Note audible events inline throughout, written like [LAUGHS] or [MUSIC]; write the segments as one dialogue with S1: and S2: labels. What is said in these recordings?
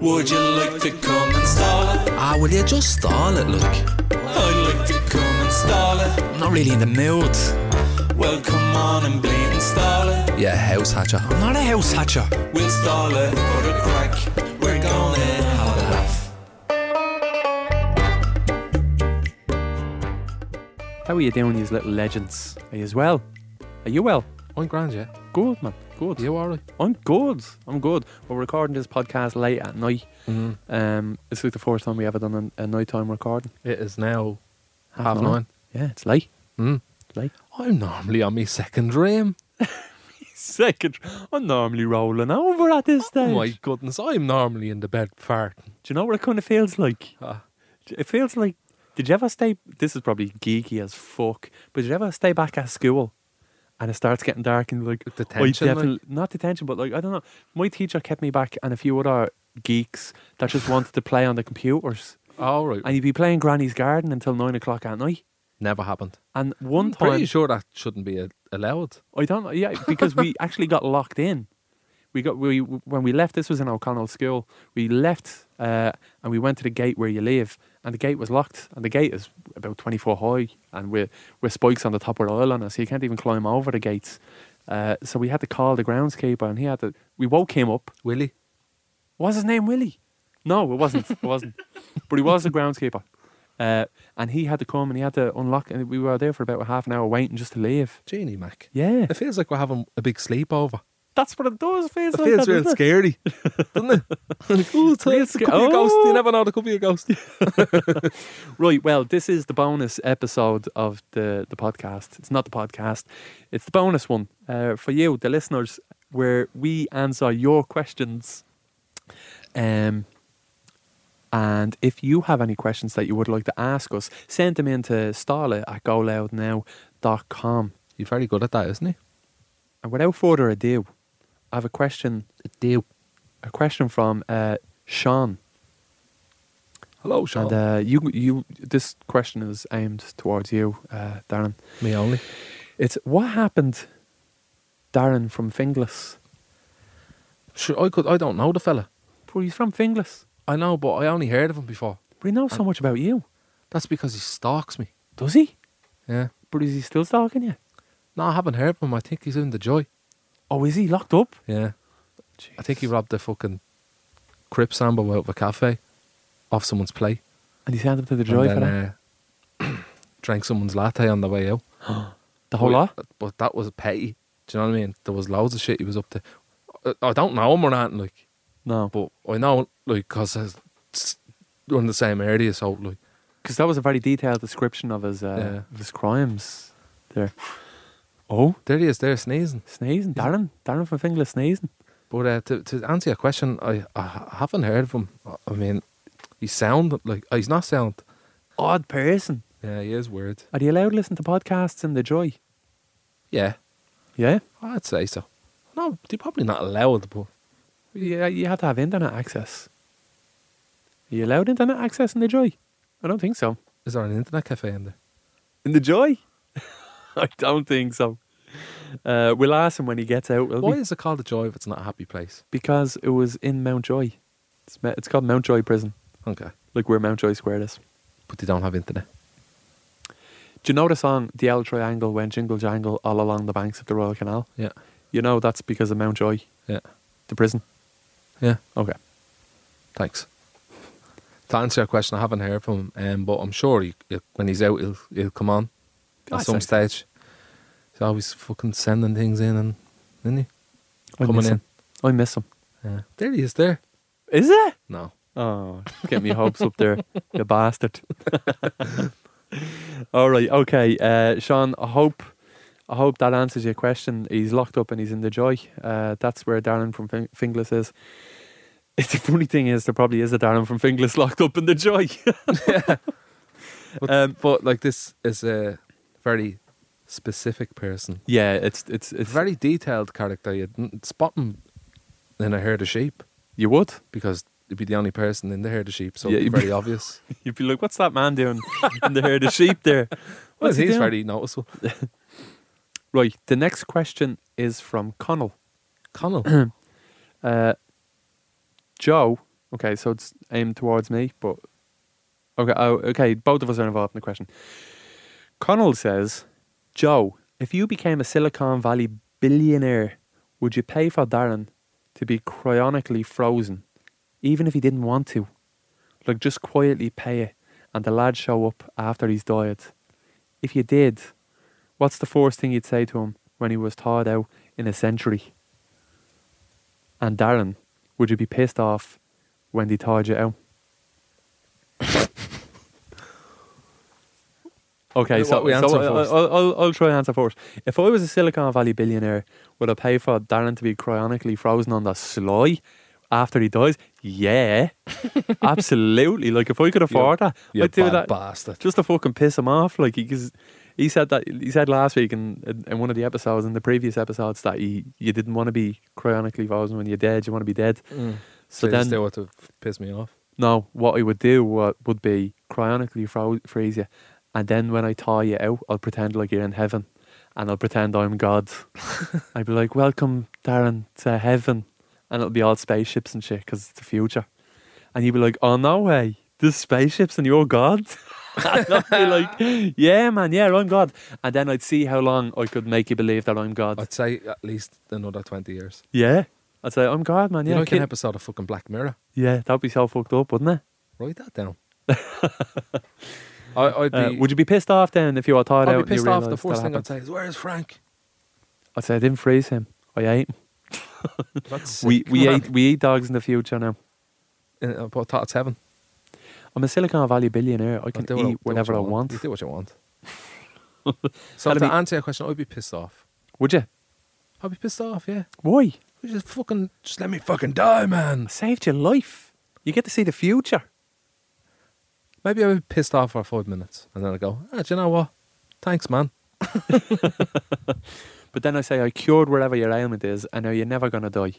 S1: Would you like to come and stall it?
S2: Ah, will you just stall it, look?
S1: I'd like to come and stall it.
S2: I'm not really in the mood.
S1: Well, come on and bleed and stall it.
S2: Yeah, house hatcher. I'm not a house hatcher.
S1: We'll stall it for the crack. We're gonna have a laugh.
S3: How are you doing, these little legends? Are you well? Are you well?
S4: I'm grand, yeah.
S3: Good, man. Good.
S4: You alright?
S3: I'm good. I'm good. We're recording this podcast late at night.
S4: Mm.
S3: Um, it's like the first time we ever done a, a nighttime recording.
S4: It is now half
S3: an hour.
S4: nine.
S3: Yeah, it's late.
S4: Mm.
S3: It's late.
S4: I'm normally on my second dream.
S3: Second, I'm normally rolling over at this
S4: Oh
S3: stage.
S4: my goodness, I'm normally in the bed farting.
S3: Do you know what it kind of feels like?
S4: Ah.
S3: It feels like. Did you ever stay? This is probably geeky as fuck. But did you ever stay back at school, and it starts getting dark and like
S4: The
S3: I
S4: tension, like?
S3: definitely- not detention, but like I don't know. My teacher kept me back, and a few other geeks that just wanted to play on the computers,
S4: All right.
S3: and you'd be playing Granny's Garden until nine o'clock at night.
S4: Never happened.
S3: And one
S4: I'm
S3: time,
S4: pretty sure that shouldn't be a- allowed.
S3: I don't know. Yeah, because we actually got locked in. We got we when we left. This was in O'Connell School. We left uh, and we went to the gate where you live, and the gate was locked. And the gate is about twenty four high, and we're we're spikes on the top with oil on us, so you can't even climb over the gates. Uh, so we had to call the groundskeeper, and he had to. We woke him up.
S4: Willie?
S3: Was his name Willie? No, it wasn't. It wasn't. but he was the groundskeeper, uh, and he had to come and he had to unlock. And we were there for about a half an hour waiting just to leave.
S4: Genie Mac.
S3: Yeah,
S4: It feels like we're having a big sleepover.
S3: that's what it does. Feels
S4: It
S3: like
S4: feels
S3: that,
S4: real
S3: doesn't it?
S4: scary, doesn't it? [LAUGHS] Like, Ooh, it's a-
S3: Real
S4: it's a
S3: sca-
S4: could be a ghost.
S3: Oh.
S4: You never know, there could be a ghost.
S3: Right, well, this is the bonus episode of the, the podcast. It's not the podcast, it's the bonus one uh, for you, the listeners, where we answer your questions. Um, and if you have any questions that you would like to ask us, send them in to starlet at goloudnow.com.
S4: You're very good at that, isn't he?
S3: And without further ado, I have a question
S4: Do.
S3: a question from uh, Sean.
S4: Hello,
S3: And
S4: Sean.
S3: uh, you, you, this question is aimed towards you, uh, Darren.
S4: Me only.
S3: It's what happened, Darren from Finglas.
S4: Sure, I could. I don't know the fella.
S3: But he's from Finglas,
S4: I know, but I only heard of him before.
S3: but he knows so much about you.
S4: That's because he stalks me.
S3: Does he?
S4: Yeah.
S3: But is he still stalking you?
S4: No, I haven't heard from him. I think he's in the joy.
S3: Oh, is he locked up?
S4: Yeah. I think he robbed the fucking Crip Sambo out of a cafe off someone's plate.
S3: And he sent him to the drive for
S4: and
S3: that.
S4: then, uh, [CLEARS THROAT] drank someone's latte on the way out.
S3: the whole
S4: But-
S3: lot.
S4: But that was petty. Do you know what I mean? There was loads of shit he was up to. I- I don't know him or anything, like,
S3: No,
S4: but I know, like, because we're in the same area, so, like,
S3: because that was a very detailed description of his uh,
S4: Yeah.
S3: of his crimes. There. Oh,
S4: there he is, there sneezing.
S3: sneezing, Darren, Darren from Finglas sneezing.
S4: But uh, to to answer your question, I, I haven't heard of him. I- I mean, he sound like oh, he's not sound.
S3: Odd person.
S4: Yeah, he is weird.
S3: Are you allowed to listen to podcasts in the joy?
S4: Yeah,
S3: Yeah.
S4: I'd say so. No, they're probably not allowed. But
S3: Yeah, you have to have internet access. Are you allowed internet access in the joy? I don't think so.
S4: is there an internet cafe in there?
S3: In the joy? [LAUGHS] I don't think so. Uh, we'll ask him when he gets out. will
S4: Why
S3: we?
S4: is it called a joy if it's not a happy place?
S3: Because it was in Mountjoy. It's, me- it's called Mountjoy Prison,
S4: Okay,
S3: like where Mountjoy Square is.
S4: but they don't have internet.
S3: Do you know the song "The Owl Triangle" went jingle jangle all along the banks of the Royal Canal?
S4: Yeah,
S3: You know that's because of Mountjoy,
S4: yeah,
S3: the prison.
S4: yeah.
S3: Okay.
S4: Thanks. To answer your question, I haven't heard from him, um, but I'm sure he, he- when he's out, he'll he'll come on at
S3: I'd
S4: some
S3: say.
S4: stage. He's always fucking sending things in, and isn't he?
S3: I
S4: Coming
S3: miss
S4: in.
S3: him. I miss him.
S4: Yeah. There he is there.
S3: Is it?
S4: No.
S3: Oh, get me hopes up there, you [LAUGHS] bastard. All right, okay, uh, Sean. I hope, I hope that answers your question. He's locked up and he's in the joy. Uh, that's where Darren from fin- Finglas is. [LAUGHS] It's the funny thing is there probably is a Darren from Finglas [LAUGHS] locked up in the joy. [LAUGHS]
S4: But,
S3: Um,
S4: but like this is a very specific person.
S3: yeah, it's it's
S4: It's
S3: it's
S4: a very detailed character. You'd n- spot him in a herd of sheep
S3: you would [LAUGHS]
S4: because he'd be the only person in the herd of sheep, so
S3: Yeah,
S4: it'd
S3: he'd
S4: be
S3: be-
S4: very
S3: [LAUGHS]
S4: obvious.
S3: you'd be like, what's that man doing in the herd of sheep there?
S4: Well,
S3: What's he
S4: he's
S3: doing? [LAUGHS]
S4: very noticeable.
S3: Right. The next question is from Connell.
S4: Connell.
S3: uh, Joe, Okay, so it's aimed towards me, but okay, oh, okay, both of us are involved in the question. Connell says, Joe, if you became a Silicon Valley billionaire, would you pay for Darren to be cryonically frozen, even if he didn't want to? Like, just quietly pay it, and the lad show up after he's died. If you did, what's the first thing you'd say to him when he was thawed out in a century? And Darren, would you be pissed off when they thawed you
S4: [LAUGHS]
S3: out? okay,
S4: What
S3: so,
S4: we
S3: so
S4: answer
S3: I-
S4: first?
S3: I'll, I'll, I'll try and answer first. If I was a Silicon Valley billionaire, would I pay for Darren to be cryonically frozen on the sly after he dies? Yeah, absolutely. Like if I could afford that,
S4: You
S3: I'd do
S4: bad
S3: that Mm.
S4: bastard.
S3: just to fucking piss him off. Like because he said that he said last week in, in, in one of the episodes in the previous episodes that he you didn't want to be cryonically frozen when you're dead. You want to be dead. So
S4: Mm. Please
S3: then
S4: do what to f- piss me off.
S3: no, what I would do what would be cryonically fro- freeze you, and then when I thaw you out, I'll pretend like you're in heaven, and I'll pretend I'm
S4: [LAUGHS]
S3: God. I'd be like, "Welcome, Darren, to heaven," and it'll be all spaceships and shit because it's the future. And you'd be like, "Oh no way, there's spaceships and you're God." [LAUGHS] and I'd be
S4: [LAUGHS]
S3: like, "Yeah, man, yeah, I'm God." And then I'd see how long I could make you believe that I'm God.
S4: I'd say at least another 20 years.
S3: yeah, I'd say, "I'm God, man."
S4: you
S3: Yeah,
S4: know, like
S3: kid-
S4: an episode of fucking Black Mirror.
S3: yeah, that'd be so fucked up, wouldn't it?
S4: Write that
S3: [LAUGHS]
S4: down. I, I'd be,
S3: Uh, would you be pissed off then if you were tired out?
S4: I'd be
S3: and you
S4: pissed off. The
S3: realised
S4: first
S3: that
S4: thing I'd
S3: happened?
S4: say is,
S3: [LAUGHS]
S4: Where's Frank?
S3: I'd say I didn't freeze him. I ate him.
S4: That's
S3: We
S4: sick, [LAUGHS]
S3: we
S4: man.
S3: ate we eat dogs in the future now.
S4: Uh, but I thought it's heaven.
S3: I'm a Silicon Valley billionaire. I
S4: I'll
S3: can
S4: do what I- do
S3: eat
S4: what
S3: whenever
S4: you
S3: I want.
S4: You do what
S3: [LAUGHS]
S4: you want. so
S3: That'd
S4: to
S3: be-
S4: answer your question, I'd be pissed off.
S3: Would you?
S4: I'd be pissed off. Yeah.
S3: Why?
S4: You Just fucking, just let me fucking die, man.
S3: I saved your life. You get to see the future.
S4: Maybe I'd be pissed off for five minutes, and then I go, ah, do you know what? Thanks, man.
S3: But then I say I cured wherever your ailment is, and now you're never gonna die.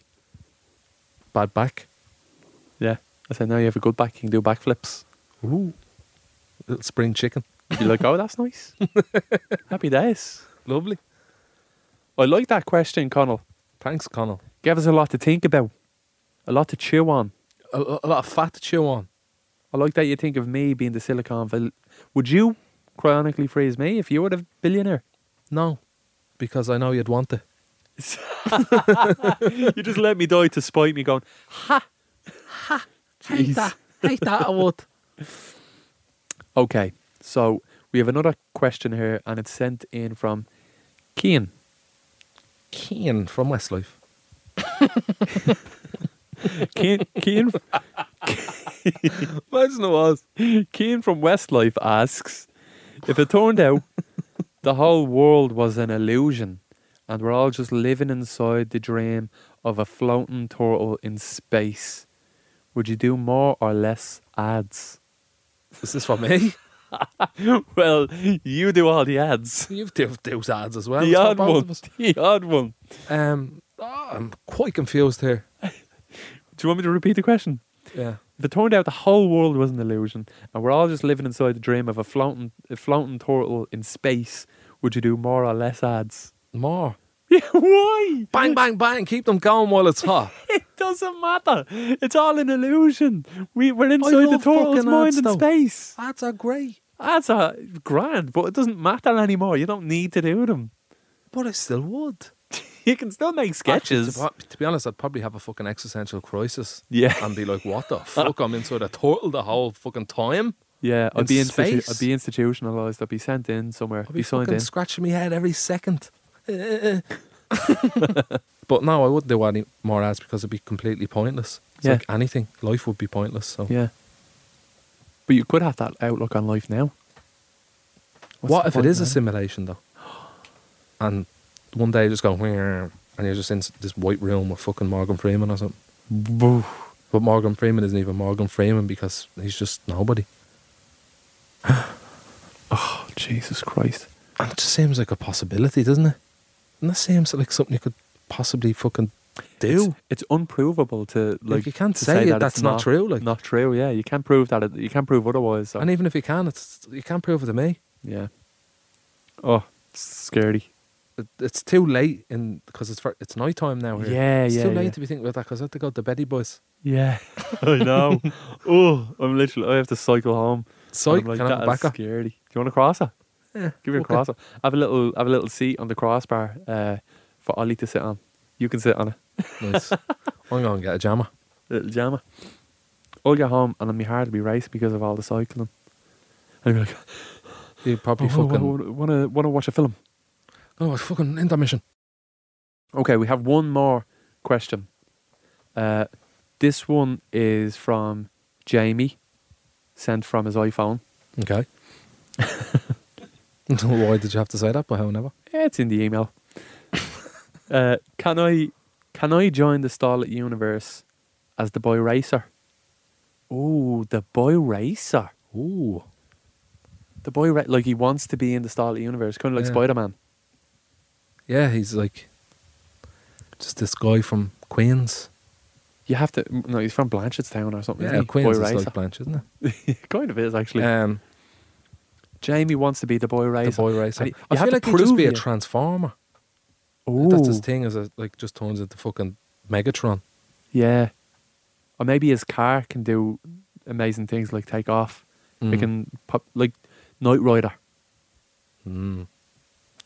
S4: Bad back.
S3: Yeah. I say now you have a good back. You can do backflips.
S4: Ooh. Little spring chicken.
S3: You're like, [LAUGHS] oh, that's
S4: [LAUGHS]
S3: nice. Happy days.
S4: Lovely.
S3: I like that question, Connell.
S4: Thanks, Connell.
S3: Gave us a lot to think about, a lot to chew on.
S4: A, a a lot of fat to chew on.
S3: I like that you think of me being the Silicon Valley. Would you cryonically freeze me if you were the billionaire?
S4: No, because I know you'd want it.
S3: [LAUGHS] you just let me die to spite me, going, Jeez.
S4: Hate that. Hate that. I would.
S3: okay. So we have another question here, and it's sent in from Kean.
S4: [LAUGHS] Keen from Westlife.
S3: Kean,
S4: [LAUGHS]
S3: Kean,
S4: Imagine it was.
S3: Kean from Westlife asks If it turned
S4: [LAUGHS]
S3: out the whole world was an illusion and we're all just living inside the dream of a floating turtle in space, would you do more or less ads? [LAUGHS]
S4: Is this for me?
S3: well, you do all the ads.
S4: [LAUGHS] You've do those ads as well.
S3: The
S4: It's for
S3: odd
S4: both of
S3: one.
S4: us.
S3: [LAUGHS] The odd one.
S4: Um, oh, I'm quite confused here.
S3: Do you want me to repeat the question?
S4: Yeah.
S3: If it turned out the whole world was an illusion and we're all just living inside the dream of a floating, a floating turtle in space, would you do more or less ads? [LAUGHS]
S4: More.
S3: Yeah, why?
S4: Bang, bang, bang. Keep them going while it's [LAUGHS] hot.
S3: It doesn't matter. It's all an illusion. We, we're inside the
S4: love
S3: turtle's
S4: fucking
S3: mind
S4: ads,
S3: in
S4: though.
S3: space.
S4: ads are great.
S3: Ads are grand, but it doesn't matter anymore. You don't need to do them.
S4: But I still would.
S3: You can still make
S4: Actually,
S3: sketches.
S4: to, pro- to be honest, I'd probably have a fucking existential crisis.
S3: Yeah.
S4: And be like,
S3: [LAUGHS]
S4: what the fuck? I'm inside a turtle the whole fucking time.
S3: Yeah, I'd
S4: in
S3: be,
S4: space.
S3: institu- I'd be institutionalized. I'd be sent in somewhere.
S4: I'd
S3: be
S4: be
S3: signed
S4: fucking
S3: in.
S4: scratching my head every
S3: [LAUGHS]
S4: second. [LAUGHS] but no, I wouldn't do any more ads because it'd be completely pointless. It's
S3: Yeah.
S4: like anything. Life would be pointless. So
S3: Yeah. But you could have that outlook on life now. What's
S4: what
S3: the
S4: if it
S3: point
S4: is a
S3: then?
S4: simulation though? And one day you just go, "Where," and you're just in this white room with fucking Morgan Freeman or something.
S3: Boo.
S4: But Morgan Freeman isn't even Morgan Freeman because he's just nobody.
S3: Oh, Jesus Christ.
S4: And it just seems like a possibility, doesn't it? And that seems like something you could possibly fucking
S3: It's,
S4: do.
S3: it's unprovable to like.
S4: you can't
S3: to
S4: say it,
S3: that it's
S4: that's not true, like.
S3: not true. Yeah, you can't prove that. It, you can't prove otherwise. So.
S4: and even if you can, it's you can't prove it to me.
S3: yeah. Oh, it's scary.
S4: it- it's too late in because it's fir- it's night time now here.
S3: Yeah,
S4: it's
S3: yeah,
S4: too late
S3: yeah.
S4: to be thinking about that because I have to go to Betty Boys.
S3: Yeah, [LAUGHS] I
S4: [LAUGHS]
S3: know. oh, I'm literally. I have to cycle home.
S4: So
S3: I'm like,
S4: can I have a
S3: that is
S4: backer?
S3: scary. Do you want a crosser?
S4: Yeah,
S3: Give me a
S4: okay.
S3: crosser. I have a little. I have a little seat on the crossbar uh, for Ollie to sit on. You can sit on it.
S4: Nice. I'm going to get
S3: [LAUGHS]
S4: a jammer.
S3: little jammer. I'll get home and my heart will be racing because of all the cycling. And I'll be like,
S4: You probably
S3: oh,
S4: fucking.
S3: want to want to watch a film.
S4: Oh, it's fucking intermission.
S3: Okay, we have one more question. Uh, this one is from Jamie, sent from his iPhone. [LAUGHS]
S4: Okay. [LAUGHS] Why did you have to say that? But however,
S3: Eh, It's in the [LAUGHS] email. uh, can I can I join the Starlit Universe as the boy racer? Oh, the boy racer.
S4: ooh,
S3: The boy ra- like he wants to be in the Starlit Universe, kind of like
S4: Yeah.
S3: Spider Man.
S4: yeah, he's like just this guy from Queens.
S3: You have to. No, he's from Blanchardstown or something.
S4: Yeah,
S3: isn't he?
S4: Queens
S3: boy
S4: is
S3: racer. [LAUGHS]
S4: like Blanche, isn't it?
S3: kind of is actually.
S4: Um,
S3: Jamie wants to be Uh, the boy
S4: the
S3: racer.
S4: boy racer.
S3: And he-
S4: I
S3: you have
S4: feel
S3: to
S4: like he'd just
S3: prove
S4: be a
S3: you.
S4: transformer.
S3: Ooh.
S4: That's his thing. Is it like just turns into fucking Megatron?
S3: Yeah. Or maybe his car can do amazing things like take off. It
S4: Mm.
S3: can pop like Knight Rider.
S4: Mm.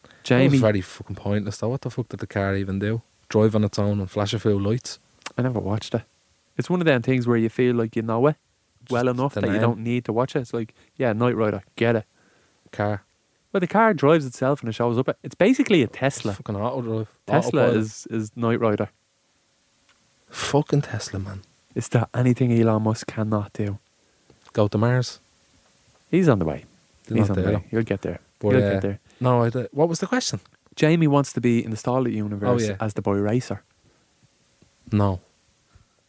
S4: That
S3: Jamie,
S4: was very fucking pointless. Though, what the fuck did the car even do? Drive on its own and flash a few lights.
S3: I never watched it. It's one of them things where you feel like you know it well
S4: Just
S3: enough
S4: the
S3: that you
S4: name.
S3: don't need to watch it. It's like, yeah, Knight Rider, get it.
S4: Car.
S3: Well, the car drives itself and it shows up. It's basically a Tesla.
S4: Fucking auto drive.
S3: Tesla
S4: Autopilot.
S3: is is Knight Rider.
S4: fucking Tesla, man.
S3: It's that anything Elon Musk cannot do.
S4: Go to Mars.
S3: He's on the way.
S4: They're
S3: He's
S4: not
S3: on the
S4: there,
S3: way. You'll get there.
S4: But,
S3: You'll
S4: uh,
S3: get there.
S4: No, I, don't- what was the question?
S3: Jamie wants to be in the Starlit universe
S4: Oh, yeah.
S3: as the boy racer.
S4: No,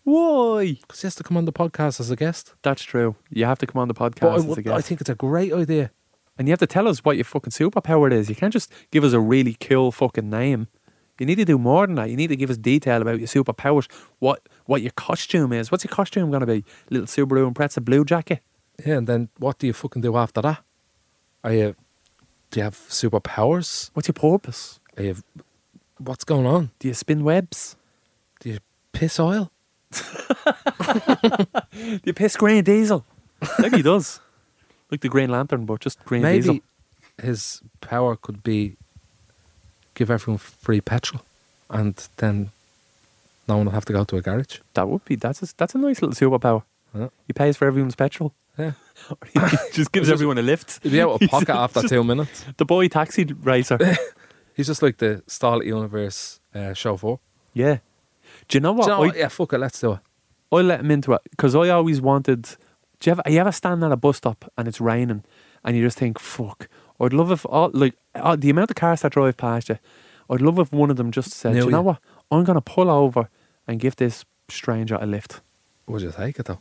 S3: Why?
S4: because he has to come on the podcast as a guest.
S3: That's true. You have to come on the podcast
S4: But I,
S3: as
S4: would-
S3: a
S4: I
S3: guest.
S4: think it's a great idea.
S3: and you have to tell us what your fucking superpower is. You can't just give us a really cool fucking name. You need to do more than that. You need to give us detail about your superpowers. What what your costume is. What's your costume going to be? Little Subaru Impreza blue jacket.
S4: Yeah, and then what do you fucking do after that? Are you? Do you have superpowers?
S3: What's your purpose?
S4: Are you? What's going on?
S3: Do you spin webs?
S4: Do you piss oil?
S3: Do you piss green
S4: [LAUGHS]
S3: diesel? Like he does. Like the Green Lantern, but just green
S4: Maybe
S3: diesel.
S4: his power could be give everyone free petrol, and then no one will have to go to a garage.
S3: That would be that's a, that's a nice little superpower.
S4: Yeah.
S3: He pays for everyone's petrol. [LAUGHS]
S4: Yeah.
S3: he just gives everyone a lift.
S4: He'd be out
S3: [LAUGHS]
S4: of pocket after two minutes.
S3: The boy taxi
S4: [LAUGHS]
S3: racer.
S4: He's just like the Starlit Universe uh, chauffeur.
S3: yeah. Do you know what?
S4: Do you know
S3: I,
S4: what? Yeah, fuck it, let's do it.
S3: I let him into it because I always wanted. Do you ever, you ever stand at a bus stop and it's raining and you just think, fuck, I'd love if all, like, all, the amount of cars that drive past you, I'd love if one of them just said,
S4: Knew
S3: "Do you know
S4: you."
S3: what? I'm going to pull over and give this stranger a lift.
S4: Would you take it though?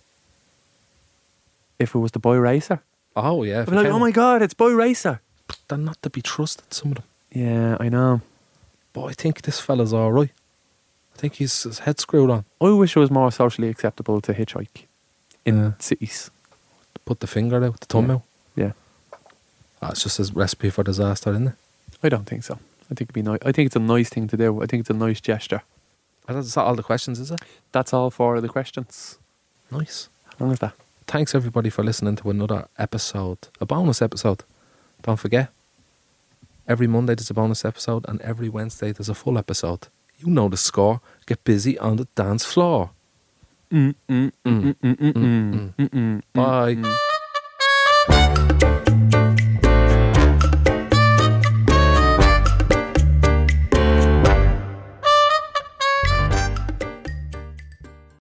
S3: If it was the boy racer,
S4: Oh yeah. if
S3: I'd
S4: you
S3: be like,
S4: can.
S3: oh my God, it's boy racer.
S4: They're not to be trusted. Some of them.
S3: Yeah, I know.
S4: But I think this fella's all right. I think he's his head screwed on.
S3: I wish it was more socially acceptable to hitchhike in
S4: Yeah.
S3: cities.
S4: Put the finger out, the thumb
S3: Yeah.
S4: out.
S3: Yeah,
S4: That's just his recipe for disaster, isn't it?
S3: I don't think so. I think it'd be nice. I think it's a nice thing to do. I think it's a nice gesture.
S4: That's not all the questions, is it?
S3: That's all for the questions.
S4: Nice.
S3: How long is that?
S4: Thanks everybody for listening to another episode, a bonus episode. Don't forget, every Monday there's a bonus episode, and every Wednesday there's a full episode. You know the score. Get busy on the dance floor.
S3: Mm, mm, mm, mm, mm, mm, mm, mm, mm, mm.
S4: Bye.